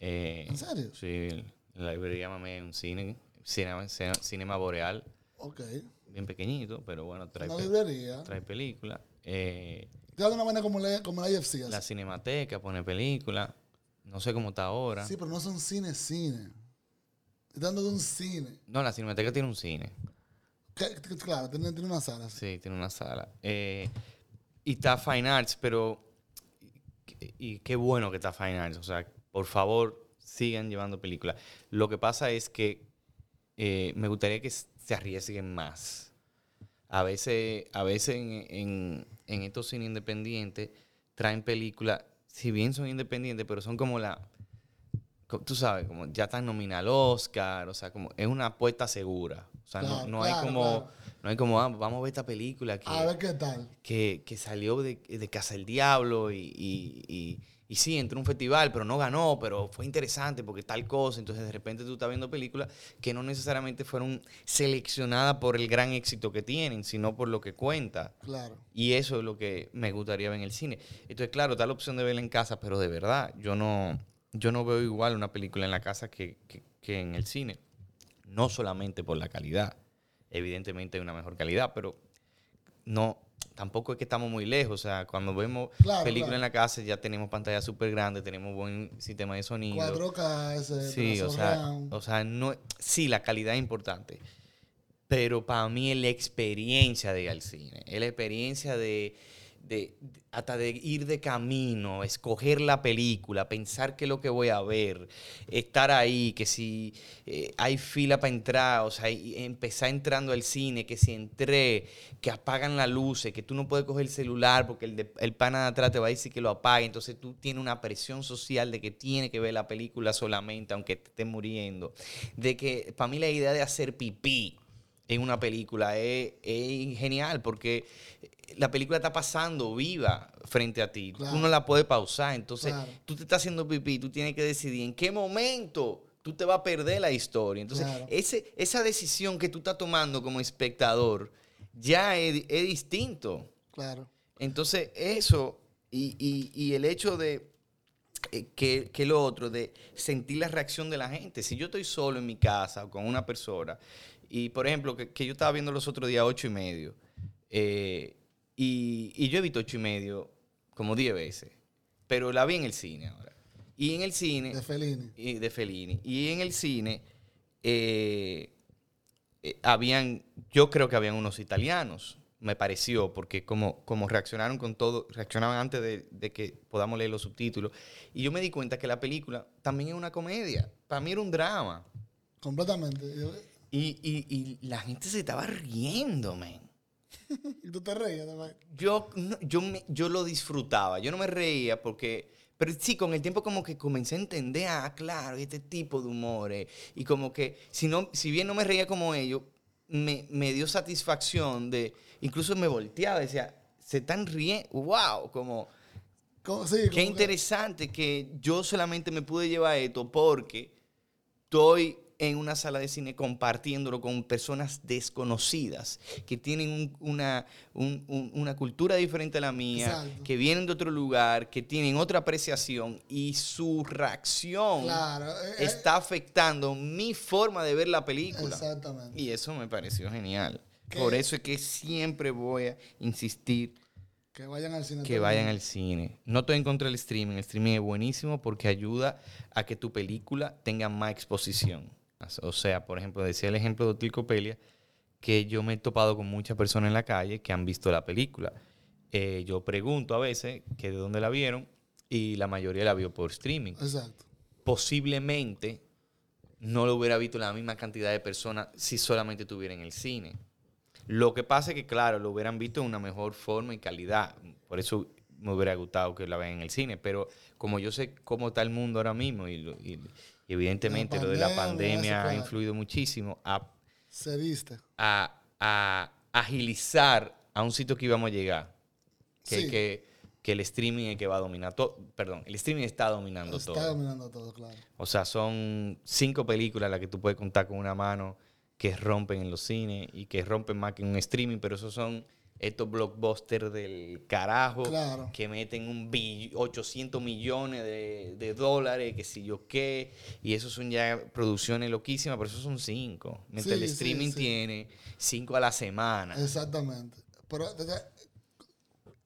eh, ¿En serio? Sí, en la librería Mamey hay un cine. Cinema, cine- cinema Boreal. Ok. Bien pequeñito, pero bueno, trae, Una pe- librería. trae películas. Eh, Claro, de una manera como la, como la IFC. así. la Cinemateca pone películas. No sé cómo está ahora. Sí, pero no son cine, cine. Estoy hablando de un cine. No, la Cinemateca tiene un cine. Que- que- Claro, tiene, tiene una sala. sí. Sí, tiene una sala. Eh, y está Fine Arts, pero. y- Y qué bueno que está Fine Arts. O sea, por favor, sigan llevando películas. Lo que pasa es que eh, me gustaría que s- se arriesguen más. A veces, a veces en, en- en estos cine independientes traen películas, si bien son independientes, pero son como la. co- Tú sabes, como ya están nominadas al Oscar, o sea, como es una apuesta segura. O sea, Claro, no, no claro, hay como. claro. No hay como, ah, vamos a ver esta película que, A ver qué tal. que, que salió de, de Casa del Diablo y, y, y- y sí, entró a un festival, pero no ganó, pero fue interesante porque tal cosa. Entonces, de repente tú estás viendo películas que no necesariamente fueron seleccionadas por el gran éxito que tienen, sino por lo que cuenta. Claro. Y eso es lo que me gustaría ver en el cine. Entonces, claro, está la opción de verla en casa, pero de verdad, yo no, yo no veo igual una película en la casa que, que- que en el cine. No solamente por la calidad. Evidentemente hay una mejor calidad, pero no, tampoco es que estamos muy lejos. O sea, cuando vemos Claro, películas claro. en la casa ya tenemos pantalla súper grande, tenemos buen sistema de sonido. 4K, ese. Sí, o brazo sea, round. o sea, no, sí, la calidad es importante. Pero para mí es la experiencia de ir al cine, es la experiencia de, de- de- hasta de ir de camino, escoger la película, pensar qué es lo que voy a ver, estar ahí, que si eh, hay fila para entrar, o sea, y empezar entrando al cine, que si entré, que apagan las luces, que tú no puedes coger el celular porque el, de- el pana de atrás te va a decir que lo apague, entonces tú tienes una presión social de que tiene que ver la película solamente, aunque te esté muriendo, de que para mí la idea de hacer pipí en una película es, es genial porque la película está pasando viva frente a ti, Claro. tú no la puedes pausar, entonces Claro. tú te estás haciendo pipí, tú tienes que decidir en qué momento tú te vas a perder la historia. Entonces, Claro. ese, esa decisión que tú estás tomando como espectador ya es, es distinto. Claro. Entonces, eso y, y- y el hecho de eh, que, que lo otro, de sentir la reacción de la gente. Si yo estoy solo en mi casa o con una persona, y por ejemplo, que, que yo estaba viendo los otros días ocho y medio, eh, y, y yo he visto ocho y medio como 10 veces, pero la vi en el cine ahora. Y en el cine, De Fellini. y de Fellini. Y en el cine eh, eh, habían, yo creo que habían unos italianos, me pareció, porque como, como reaccionaron con todo, reaccionaban antes de, de que podamos leer los subtítulos. Y yo me di cuenta que la película también es una comedia. Para mí era un drama. Completamente. Yo- Y, y- y la gente se estaba riendo, man. Y tú te reías. te va- Yo, no- yo, me- yo lo disfrutaba, yo no me reía porque... Pero sí, con el tiempo como que comencé a entender, ah, claro, este tipo de humores. Y como que, si, no, si bien no me reía como ellos, me, me dio satisfacción de... Incluso me volteaba, decía, se están riendo, wow, como... Como- Sí, como Qué que- interesante que yo solamente me pude llevar esto porque estoy en una sala de cine compartiéndolo con personas desconocidas que tienen un- una, un- un- una cultura diferente a la mía, Exacto. que vienen de otro lugar, que tienen otra apreciación y su reacción Claro. eh, eh, está afectando mi forma de ver la película. Exactamente. Y eso me pareció genial. ¿Qué? Por eso es que siempre voy a insistir Que vayan al cine. que vayan al cine. No estoy en contra del streaming. El streaming es buenísimo porque ayuda a que tu película tenga más exposición. As- O sea, por ejemplo, decía el ejemplo de Tilcopelia, que yo me he topado con muchas personas en la calle que han visto la película. Eh, yo pregunto a veces que de dónde la vieron y la mayoría la vio por streaming. Exacto. Posiblemente no lo hubiera visto la misma cantidad de personas si solamente estuviera en el cine. Lo que pasa es que, claro, lo hubieran visto en una mejor forma y calidad. Por eso me hubiera gustado que la vean en el cine. Pero como yo sé cómo está el mundo ahora mismo y, lo- y- y evidentemente lo de la pandemia, eso, pandemia ha claro. influido muchísimo a, Se viste. a- a agilizar a un sitio que íbamos a llegar. Que, Sí. que que el streaming es que va a dominar todo. Perdón, el streaming está dominando Está todo. dominando todo, claro. O sea, son cinco películas las que tú puedes contar con una mano que rompen en los cines y que rompen más que en un streaming, pero esos son estos blockbusters del carajo Claro. que meten un bill- 800 millones de, de dólares, que si yo qué, y esos son ya producciones loquísimas, pero esos son cinco. Mientras Sí, el sí, streaming sí. tiene cinco a la semana. Exactamente. Pero o sea,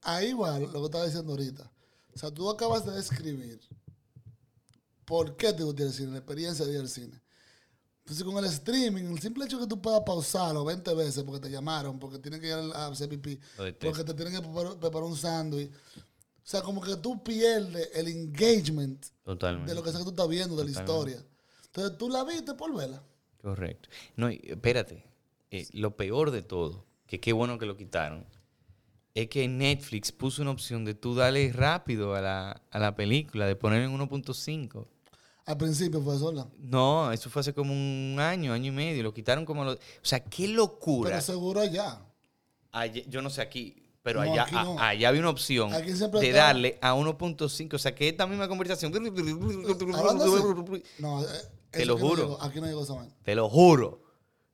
ahí va lo que estaba diciendo ahorita. O sea, tú acabas de describir por qué te gusta ir al cine, la experiencia de ir al cine. Entonces, con el streaming, el simple hecho de que tú puedas pausarlo 20 veces porque te llamaron, porque tienen que ir al- a hacer pipí, Lo detesto. porque te tienen que preparar, preparar un sándwich. O sea, como que tú pierdes el engagement Totalmente. de lo que sea que tú estás viendo, de la Totalmente. historia. Entonces, tú la viste por verla. Correcto. No, y, espérate. Eh, lo peor de todo, que qué bueno que lo quitaron, es que Netflix puso una opción de tú darle rápido a la, a la película, de poner en 1.5. Al principio fue sola. No, eso fue hace como un año, año y medio. Lo quitaron como... a los- o sea, qué locura. Pero seguro ya. Allá- yo no sé aquí, pero No, allá, aquí a- no. allá había una opción Aquí siempre de está- darle a 1.5. O sea, que esta misma conversación... Hablando así- No, eh, Te eso lo aquí no juro. llegó- aquí no llegó esa vaina. Te lo juro.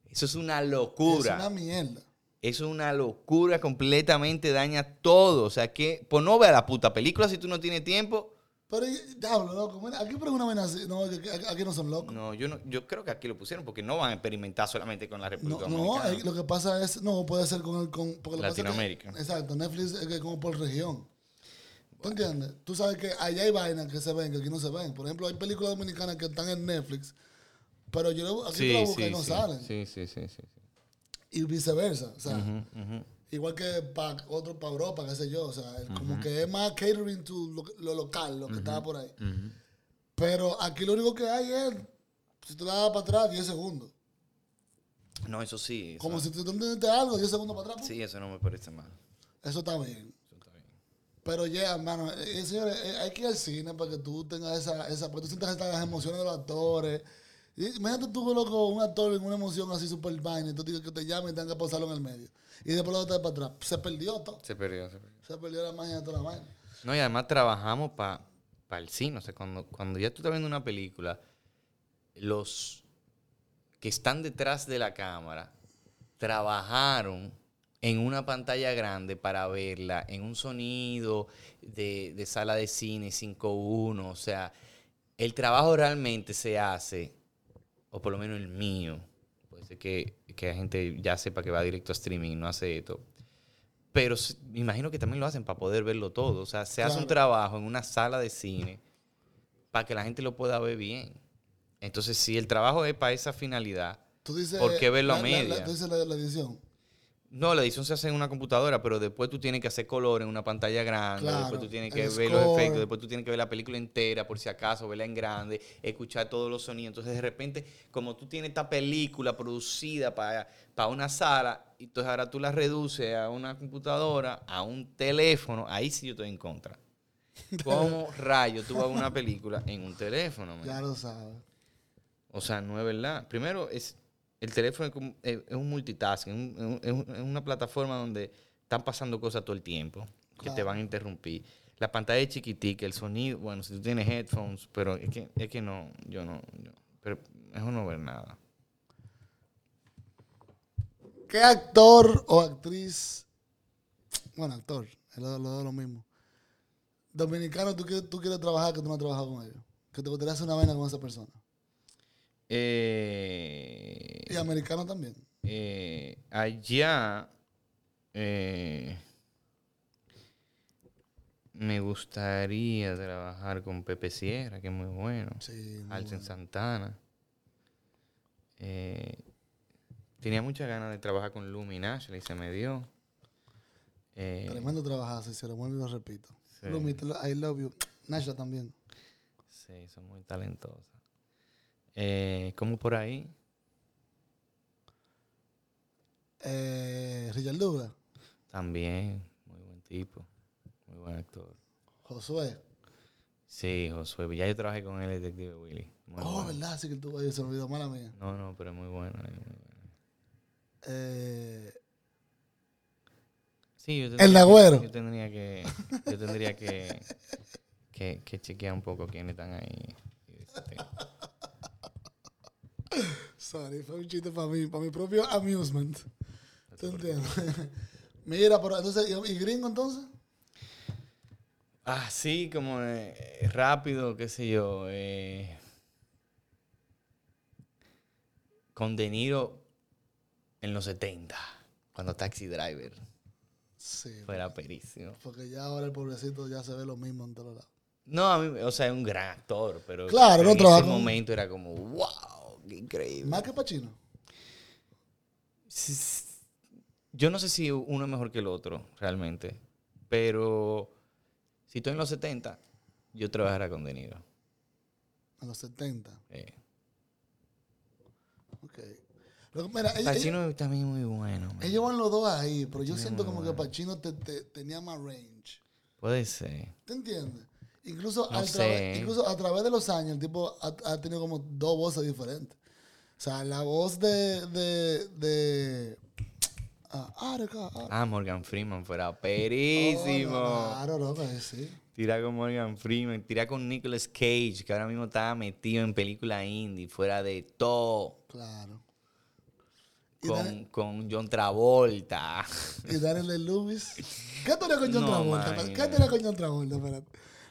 Eso es una Es locura. una mierda. Eso es una locura, completamente daña todo. O sea que, pues no vea la puta película si tú no tienes tiempo. Pero eh, diablo, loco. mira, aquí por una vaina así. No, aquí, aquí- aquí no son locos. No, yo no, yo creo que aquí lo pusieron porque no van a experimentar solamente con la No, República no, Dominicana. eh, lo que pasa es, no, puede ser con el con porque lo que pasa es que- Latinoamérica. exacto, Netflix es que como por región. ¿Tú entiendes? Tú sabes que allá hay vainas que se ven, que aquí no se ven. Por ejemplo, hay películas dominicanas que están en Netflix, pero yo lo- aquí tú la buscas y no salen. sí, sí, sí, sí. Y viceversa. O sea, Ujú, ujú. Igual que para otro para Europa, qué sé yo. O sea, el- como que es más catering to lo, lo local, lo que estaba por ahí. Pero aquí lo único que hay es, si tú la das para atrás, 10 segundos. No, eso sí. Eso, Como si tú te entendiste algo, 10 segundos para atrás. Sí, eso no me parece mal. Eso está bien. Eso está bien. Pero ya, hermano, eh, eh, señores, eh, hay que ir al cine para que tú tengas esa, esa para que tú sientas esas- las emociones de los actores. Y imagínate tú, loco, un actor en una emoción así super vaina, y tú dices que te llamen y tengan que pausarlo en el medio. Y después lo das para atrás. Se perdió todo. Se perdió, se perdió. Se perdió la magia de toda la vaina. No, y además trabajamos para el cine. O sea, cuando, cuando ya tú estás viendo una película, los que están detrás de la cámara trabajaron en una pantalla grande para verla, en un sonido de, de sala de cine 5.1. O sea, el trabajo realmente se hace, o por lo menos el mío. Puede ser que, que la gente ya sepa que va directo a streaming y no hace esto. Pero s- me imagino que también lo hacen para poder verlo todo. O sea, se hace un Claro. trabajo en una sala de cine para que la gente lo pueda ver bien. Entonces, si el trabajo es para esa finalidad, Tú dices, ¿Por qué verlo a la- la- media? la- tú dices la, la edición. No, la edición se hace en una computadora, pero después tú tienes que hacer color en una pantalla grande, Claro, después tú tienes el que ver los score. efectos, después tú tienes que ver la película entera, por si acaso, verla en grande, escuchar todos los sonidos. Entonces, de repente, como tú tienes esta película producida para, para una sala, entonces ahora tú la reduces a una computadora, a un teléfono, ahí sí yo estoy en contra. ¿Cómo rayo tú vas a ver una película en un teléfono? man? Ya lo sabes. O sea, no es verdad. Primero, es, el teléfono es, como- es- es un multitasking, un- es, un- es una plataforma donde están pasando cosas todo el tiempo, que te Claro. van a interrumpir. La pantalla es chiquitica, el sonido, bueno, si tú tienes headphones, pero es que, es que no, yo no, yo- pero es no ver nada. ¿Qué actor o actriz? Bueno, actor, es lo, lo, lo mismo. Dominicano, tú, quieres- tú quieres trabajar que tú no has trabajado con ellos. Que te gustaría hacer una vaina con esa persona. Eh, Y americano también. eh, allá eh, me gustaría trabajar con Pepe Sierra, que es muy bueno. Sí. muy Alcen bueno. Santana. Eh, tenía muchas ganas de trabajar con Lumi Nashley, se me dio. Eh, Tremendo trabajar, se hicieron. Vuelvo y lo repito. Sí. Lumi, te lo- I love you. Nasha también. sí, son muy talentosas. Eh, ¿Cómo por ahí? Eh, Richard Douglas. También, muy buen tipo, muy buen actor. Josué. Sí, Josué, ya yo trabajé con el detective Willy. Muy oh, bueno. verdad, sí que tú. ay, se me olvidó, mala mía. No, no, eh, pero es muy bueno. es muy bueno. Eh, Sí, yo El Nagüero. Yo tendría que, yo tendría que, que, que chequear un poco quiénes están ahí. Este, Sorry, fue un chiste para mí, para mi propio amusement. ¿Tú entiendes? Mira, pero entonces, ¿y- ¿y gringo entonces? Ah, sí, como eh, rápido, qué sé yo. eh, con De Niro en los 70, cuando Taxi Driver Sí. fuera perísimo. Porque ya ahora el pobrecito ya se ve lo mismo en todos lados. No, a mí, o sea, es un gran actor, pero, Claro, pero no en trabaja ese con- momento era como, wow, qué increíble. Más que Pachino. Sí, sí. Yo no sé si uno es mejor que el otro, realmente, pero si estoy en los 70, yo trabajara con De Niro. En los 70. eh. Ok. Lo que- mira, ellos- ellos, Pacino también muy bueno. man. ellos van los dos ahí, pero yo siento como que bueno. Pachino te- te- tenía más range. Puede ser. ¿Te entiendes? Incluso, No al trave- sé. incluso a través de los años, el tipo ha, ha tenido como dos voces diferentes. O sea, la voz de. de. de. Ah, Arca, Arca. Ah, Morgan Freeman fuera Oh, perísimo. Claro, loco, ahí sí. Tira con Morgan Freeman, tira con Nicolas Cage, que ahora mismo estaba metido en película indie, fuera de todo. Claro. Y Con, con John Travolta. Y Daniel Lewis. ¿Qué tenía con John No, Travolta? man. ¿Qué tenía con John Travolta? Espérate.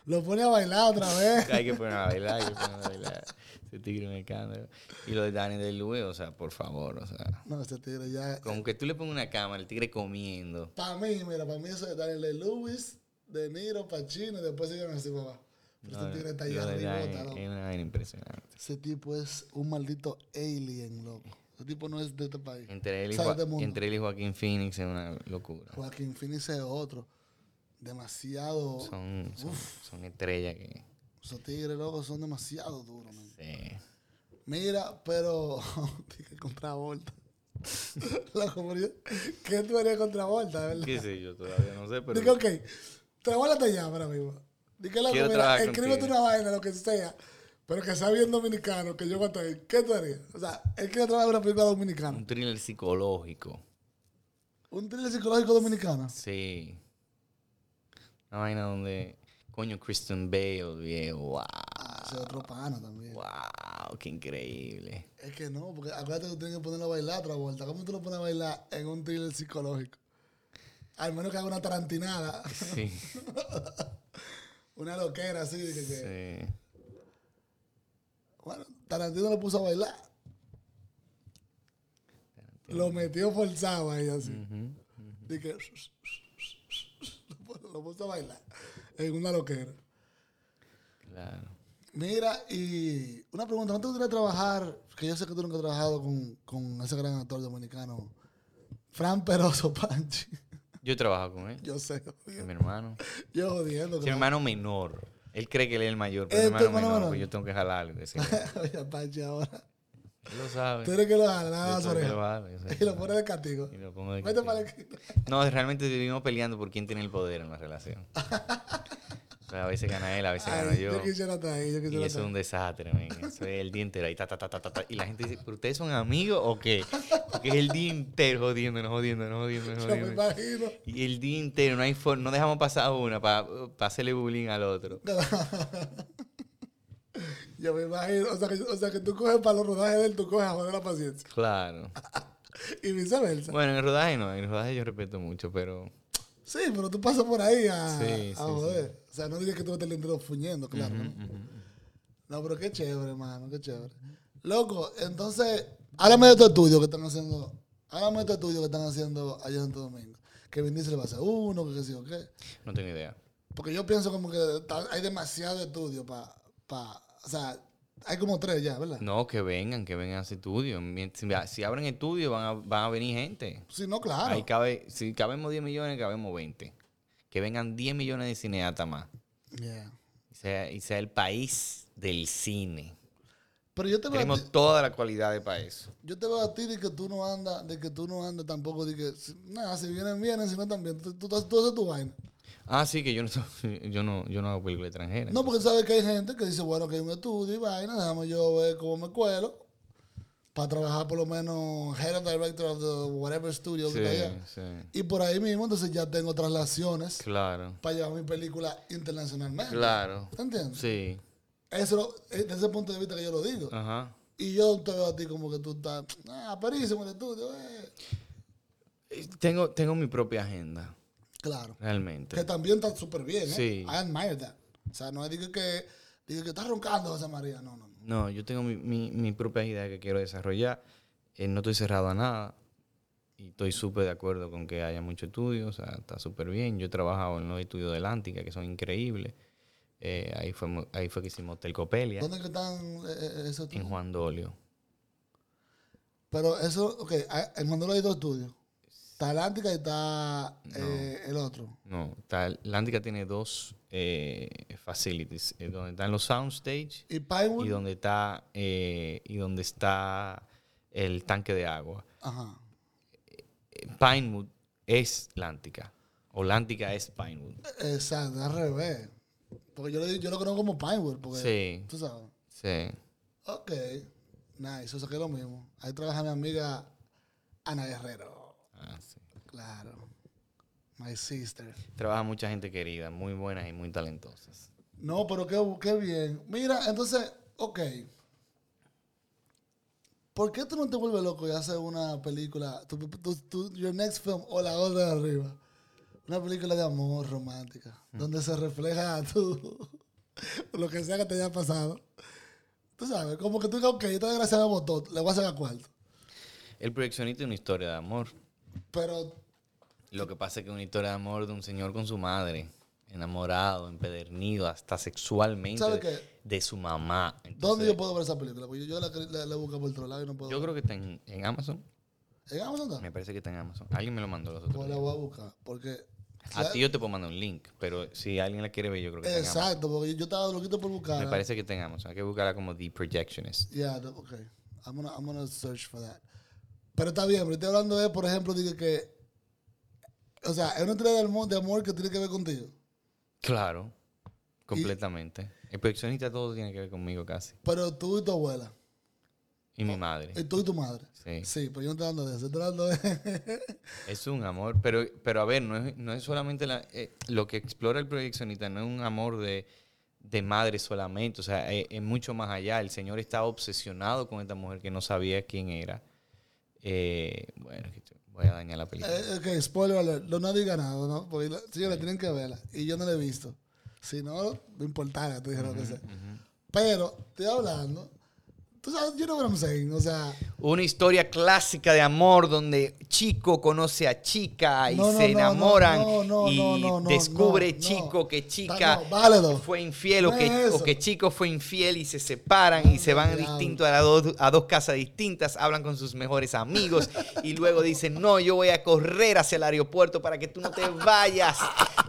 Lo pone a bailar otra vez. hay que poner a bailar, hay que poner a bailar. Ese tigre me encanta. Y lo de Danny de Lue, o sea, por favor, o sea. No, ese tigre ya. Como que tú le pongas una cámara, el tigre comiendo. Para mí, mira, para mí eso es Daniel Lewis, De Niro, Pacino y después siguen así, papá. Pero No, ese Este tigre está lo allá de arriba, Danny botado. Es una vaina impresionante. Ese tipo es un maldito alien, loco. Ese tipo no es de este país. Entre él, y Sal Jo- del mundo. entre él y Joaquín Phoenix es una locura. Joaquín Phoenix es otro. Demasiado. Son, son, son estrellas que. Esos tigres, loco, son demasiado duros, man. Sí. Mira, pero. Dije contravolta. Loco, pero yo- ¿Qué tú harías contravolta, de verdad? ¿Qué sé yo? Todavía no sé, pero. Dije, ok, trabaja ya ahora mismo. Dije, loco, Quiero mira, trabajar escríbete contigo. una vaina, lo que sea, pero que sea bien dominicano, que yo cuando ¿qué tú harías? O sea, él quiere trabajar en una película dominicana. Un thriller psicológico. Un thriller psicológico dominicano. Sí. Una vaina donde. Coño, Kristen Bale, viejo. ¡Wow! Ah, ese es otro pana también. ¡Wow! ¡Qué increíble! Es que no, porque acuérdate que tú tienes que ponerlo a bailar otra vuelta. ¿Cómo tú lo pones a bailar en un thriller psicológico? Al menos que haga una tarantinada, Sí. una loquera así. de que- que- sí. Bueno, Tarantino lo puso a bailar. Lo metió forzado ahí así. Ujú. Dije, lo puso- lo puso a bailar en una loquera. Claro. Mira, y una pregunta, ¿no te gustaría trabajar? Que yo sé que tú nunca has trabajado con, con ese gran actor dominicano, Fran Peroso Panchi. Yo trabajo con él. Yo sé, Es mi hermano. yo jodiendo. Es mi hermano menor. Él cree que él es el mayor, pero ¿Es es tu mi hermano hermano menor. menor? pues yo tengo que jalarle. decirle. Oye, Panchi ahora. Él lo sabe. Tú eres que lo jala, nada Yo más soy el que oreja. lo jalo, yo soy el Y que lo pone de castigo. Y lo pongo de Vete para la castigo. esquina. No, realmente vivimos peleando por quién tiene el poder en la relación. O sea, a veces gana él, a veces gano Ay, yo. Yo quisiera estar ahí, yo Y eso quisiera estar es ahí. un desastre, men. Eso es el día entero ahí, ta, ta, ta, ta, ta, ta. Y la gente dice, ¿pero ustedes son amigos o qué? Porque es el día entero jodiéndonos, jodiéndonos, jodiéndonos, Yo me jodiéndonos. imagino. Y el día entero, no hay for- no dejamos pasar una para hacerle bullying al otro. Yo me imagino, o sea, que, o sea que tú coges para los rodajes de él, tú coges a joder la paciencia. Claro. Y viceversa. Bueno, en el rodaje no, en el rodaje yo respeto mucho, pero Sí, pero tú pasas por ahí a, Sí, a sí, sí. joder. O sea, no digas que tú te el entero fuñendo, claro. ¿no? no, pero qué chévere, hermano, qué chévere. Loco, entonces, háblame de tu estudio que están haciendo. Háblame de tu estudio que están haciendo allá en Santo Domingo. Que Vin Diesel va a hacer uno, que qué sé yo qué. no tengo idea. Porque yo pienso como que ta- hay demasiado estudio para. Pa, o sea, hay como tres ya, ¿verdad? No, que vengan, que vengan a ese estudio. Mien- Si, si abren estudio, van a, van a venir gente. Sí, no, claro. Ahí cabe, si cabemos 10 millones, cabemos 20. Que vengan 10 millones de cineastas más. Yeah. Y sea, y sea el país del cine. Pero yo te veo, a ti, Tenemos toda la cualidad de país. yo te veo a ti de que tú no andas, de que tú no andas tampoco, de que si- nada, si vienen, vienen, si no también. Tú, tú, tú haces tu vaina. Ah, sí, que yo no, soy- yo no, yo no hago película extranjera. No, porque sabes que hay gente que dice, bueno, que hay un estudio y vaina, déjame yo ver cómo me cuelo. para trabajar por lo menos head of director of the whatever studio que está allá. sí, Y por ahí mismo, entonces ya tengo traslaciones Claro, para llevar mi película internacionalmente. claro. ¿Te entiendes? Sí. Eso lo- es desde ese punto de vista que yo lo digo. Ajá. Y yo te veo a ti como que tú estás ah, perísimo en el estudio. eh". Eh, Tengo, tengo mi propia agenda, Claro. Que realmente. también está súper bien. ¿eh? Este, Sí. I admire that. O sea, no es digo que, digo que estás roncando, José María. No, no, no. No, yo tengo mi, mi, mi propia idea que quiero desarrollar. Eh, no estoy cerrado a nada. Y estoy súper de acuerdo con que haya mucho estudio. O sea, está súper bien. Yo he trabajado en los estudios de Lántica, que son increíbles. Eh, ahí, fue, mo- ahí fue que hicimos Telcopelia, ¿Dónde que están eh, eh, esos en estudios? Juan Dolio. Pero eso, ok, ah, en Mandolo hay dos estudios. Está Atlántica y está eh, el otro. No, está, Lántica tiene dos eh, facilities, eh, donde están los soundstage Y Pinewood. y donde está eh, y donde está el tanque de agua. Ajá. Eh, Pinewood es Lántica o Lántica es Pinewood. Eh, Exacto, al revés. Porque yo lo, yo lo conozco como Pinewood. Porque, Sí, Tú sabes. sí. Ok. Nice, o sea que es lo mismo. Ahí trabaja mi amiga Ana Guerrero. Ah, sí. Claro. My sister. Trabaja mucha gente querida, muy buenas y muy talentosas. No, pero qué, qué bien. Mira, entonces, ok. ¿Por qué tú no te vuelves loco y haces una película, tu, tu- tu- your next film o la otra de arriba? Una película de amor romántica, Mm. donde se refleja tú, lo que sea que te haya pasado. Tú sabes, como que tú digas, ok, esta desgracia me botó, le voy a sacar cuarto. El proyeccionista es una historia de amor. Pero, Lo que pasa es que es una historia de amor de un señor con su madre, enamorado, empedernido, hasta sexualmente ¿Sabe de, qué? de su mamá. ¿dónde Entonces, yo puedo ver esa película? Porque yo, yo la, la, la busco por otro lado y no puedo. Yo creo que está en, en Amazon. ¿En Amazon está? Me parece que está en Amazon. Alguien me lo mandó los otros Pues la voy a buscar, porque... días. A ti yo te puedo mandar un link, pero si alguien la quiere ver, yo creo que está en Amazon. Exacto, porque yo estaba loquito por buscar. Me parece que está en Amazon. Hay que buscarla como The Projectionist. Yeah, the- okay. I'm gonna, I'm gonna search for that. Pero está bien, pero estoy hablando de, por ejemplo, digo que. O sea, es una historia de amor, de amor que tiene que ver contigo. Claro, completamente. El proyeccionista todo tiene que ver conmigo casi. Pero tú y tu abuela. Y Oh. mi madre. Y tú y tu madre. Sí. Sí, pero yo no estoy hablando de eso. Estoy hablando de. Es un amor, pero, pero a ver, no es, no es solamente la- eh, lo que explora el proyeccionista, no es un amor de, de madre solamente, o sea, eh, es, es mucho más allá. El señor está obsesionado con esta mujer que no sabía quién era. Eh, bueno, que yo- voy a dañar la película. Eh, ok, spoiler alert. No, no diga nada, ¿no? Porque, la- señores, tienen que verla. Y yo no la he visto. Si no, no importara, te dije lo que sea. Pero, estoy hablando. Tú sabes, you know what I'm saying. O sea. Una historia clásica de amor donde chico conoce a chica y No, no, se no, no, enamoran no, no, y no, no, no, descubre no, chico no. que Está- chica no, válido. fue infiel No o, que, es eso. o que chico fue infiel y se separan y se van diablo. distinto a, las dos, a dos casas distintas, hablan con sus mejores amigos y luego dicen, no, yo voy a correr hacia el aeropuerto para que tú no te vayas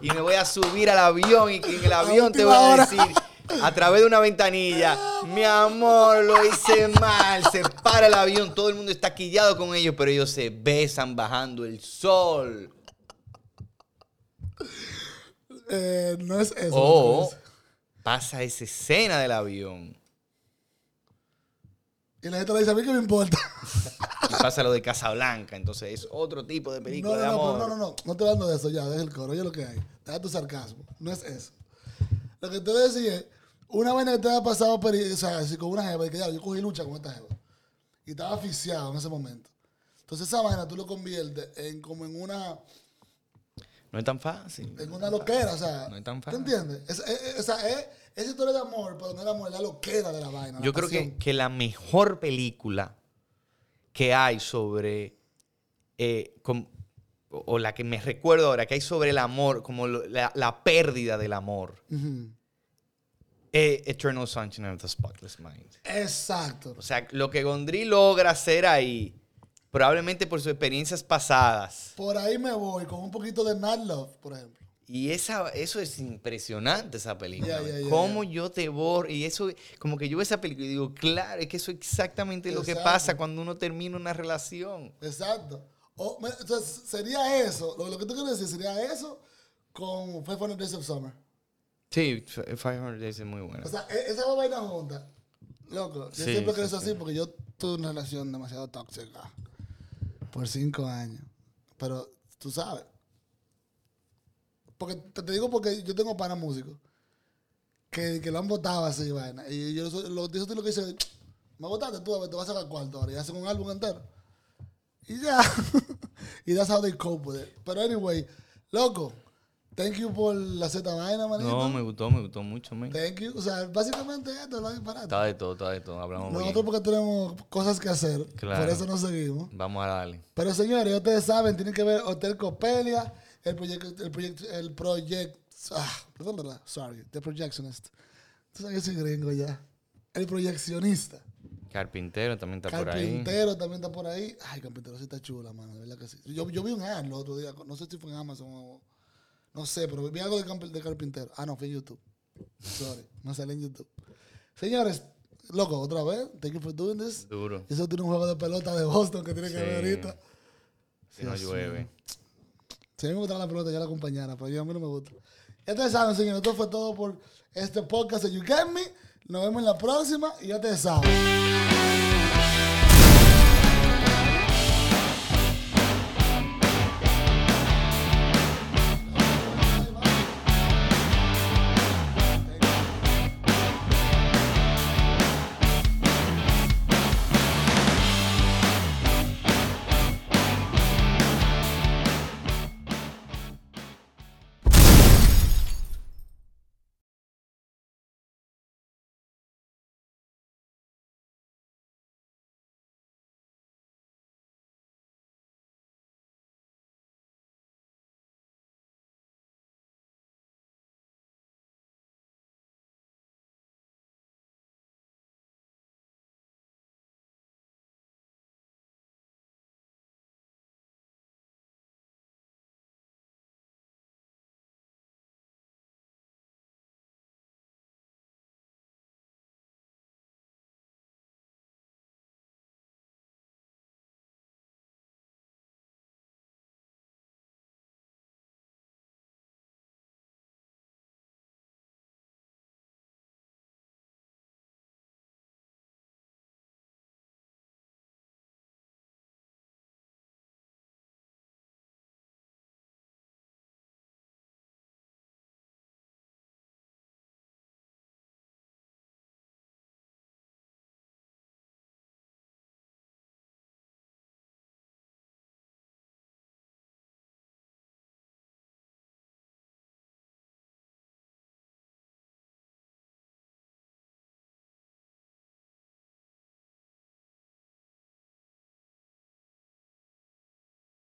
y me voy a subir al avión y que en el avión te voy última a hora. decir a través de una ventanilla, mi amor, lo hice mal, se para el avión, todo el mundo está quillado con ellos, pero ellos se besan bajando el sol. Eh, no es eso. O entonces. pasa esa escena del avión. Y la gente le dice, a mí que me importa. Y pasa lo de Casablanca, entonces es otro tipo de película No, no, de no, amor. pero no, no, no. No te hablando de eso ya. Deja el coro. Oye lo que hay. Deja tu sarcasmo. No es eso. Lo que te voy a decir es, una vaina que te ha pasado, peri- o sea, así con una jeva, y que ya, yo cogí lucha con esta jeva. Y estaba asfixiado en ese momento. Entonces esa vaina tú lo conviertes en como en una, No es tan fácil. en una loquera, o sea. No es tan ¿Te fácil. entiendes? Es, es- es- o sea, es, es historia de amor, pero no es el amor, es la loquera de la vaina. la Yo creo que, pasión. que la mejor película que hay sobre. eh, com- o o la que me recuerdo ahora, que hay sobre el amor, como lo- la, la pérdida del amor. Ujú. eh, Eternal Sunshine of the Spotless Mind. Exacto. O sea, lo que Gondry logra hacer ahí, probablemente por sus experiencias pasadas. Por ahí me voy con un poquito de Mad Love, por ejemplo. Y esa, eso es impresionante, esa película. Ya, ya, ya, Cómo yo te borro. Y eso, como que yo veo esa película y digo, claro, es que eso es exactamente lo que pasa Exacto. cuando uno termina una relación. Exacto. O, me- entonces, sería eso. Lo, lo que tú quieres decir sería eso con Five Hundred Days of Summer. Sí, 500 Days es muy buena. O sea, e- esas dos vainas juntas. Loco, yo Sí, siempre sí, creo eso sí. así porque yo tuve una relación demasiado tóxica por cinco años. Pero tú sabes. Porque te, te digo porque yo tengo para músicos que, que lo han votado así, vaina. Y yo so- lo, eso es lo que dice, me votaste tú, a ver, te vas a sacar cuarto ahora. Y hacen un álbum entero. Y ya. y that's how they cope with it. Pero anyway, loco, thank you por la Z vaina, manito. No, me gustó, me gustó mucho, man. Thank you. O sea, básicamente esto lo disparate. Está de todo, está de todo. Hablamos muy Nosotros bien. porque tenemos cosas que hacer, Claro. por eso nos seguimos. Vamos a darle. Pero señores, ustedes saben, tienen que ver Hotel Copelia, el proyecto, el proyecto, el proyecto, ah, bla, bla, bla, sorry, The Projectionist. Tú sabes que soy gringo ya. El proyeccionista. Carpintero también está por ahí. Carpintero también está por ahí. Ay, Carpintero sí está chula, mano, de verdad que sí. Yo, yo vi un ad el otro día, no sé si fue en Amazon o... No sé, pero vi algo de, camp- de Carpintero. Ah, no, fue en YouTube. Sorry, me sale en YouTube. Señores, loco, otra vez, thank you for doing this. Duro. Eso tiene un juego de pelota de Boston que tiene que Sí. ver ahorita. Si no Dios llueve. Si a mí me gustaba la pelota, yo la acompañara, pero yo a mí no me gusta. Ya ustedes saben, señores, esto fue todo por este podcast de You Get Me. Nos vemos en la próxima y ya ustedes saben.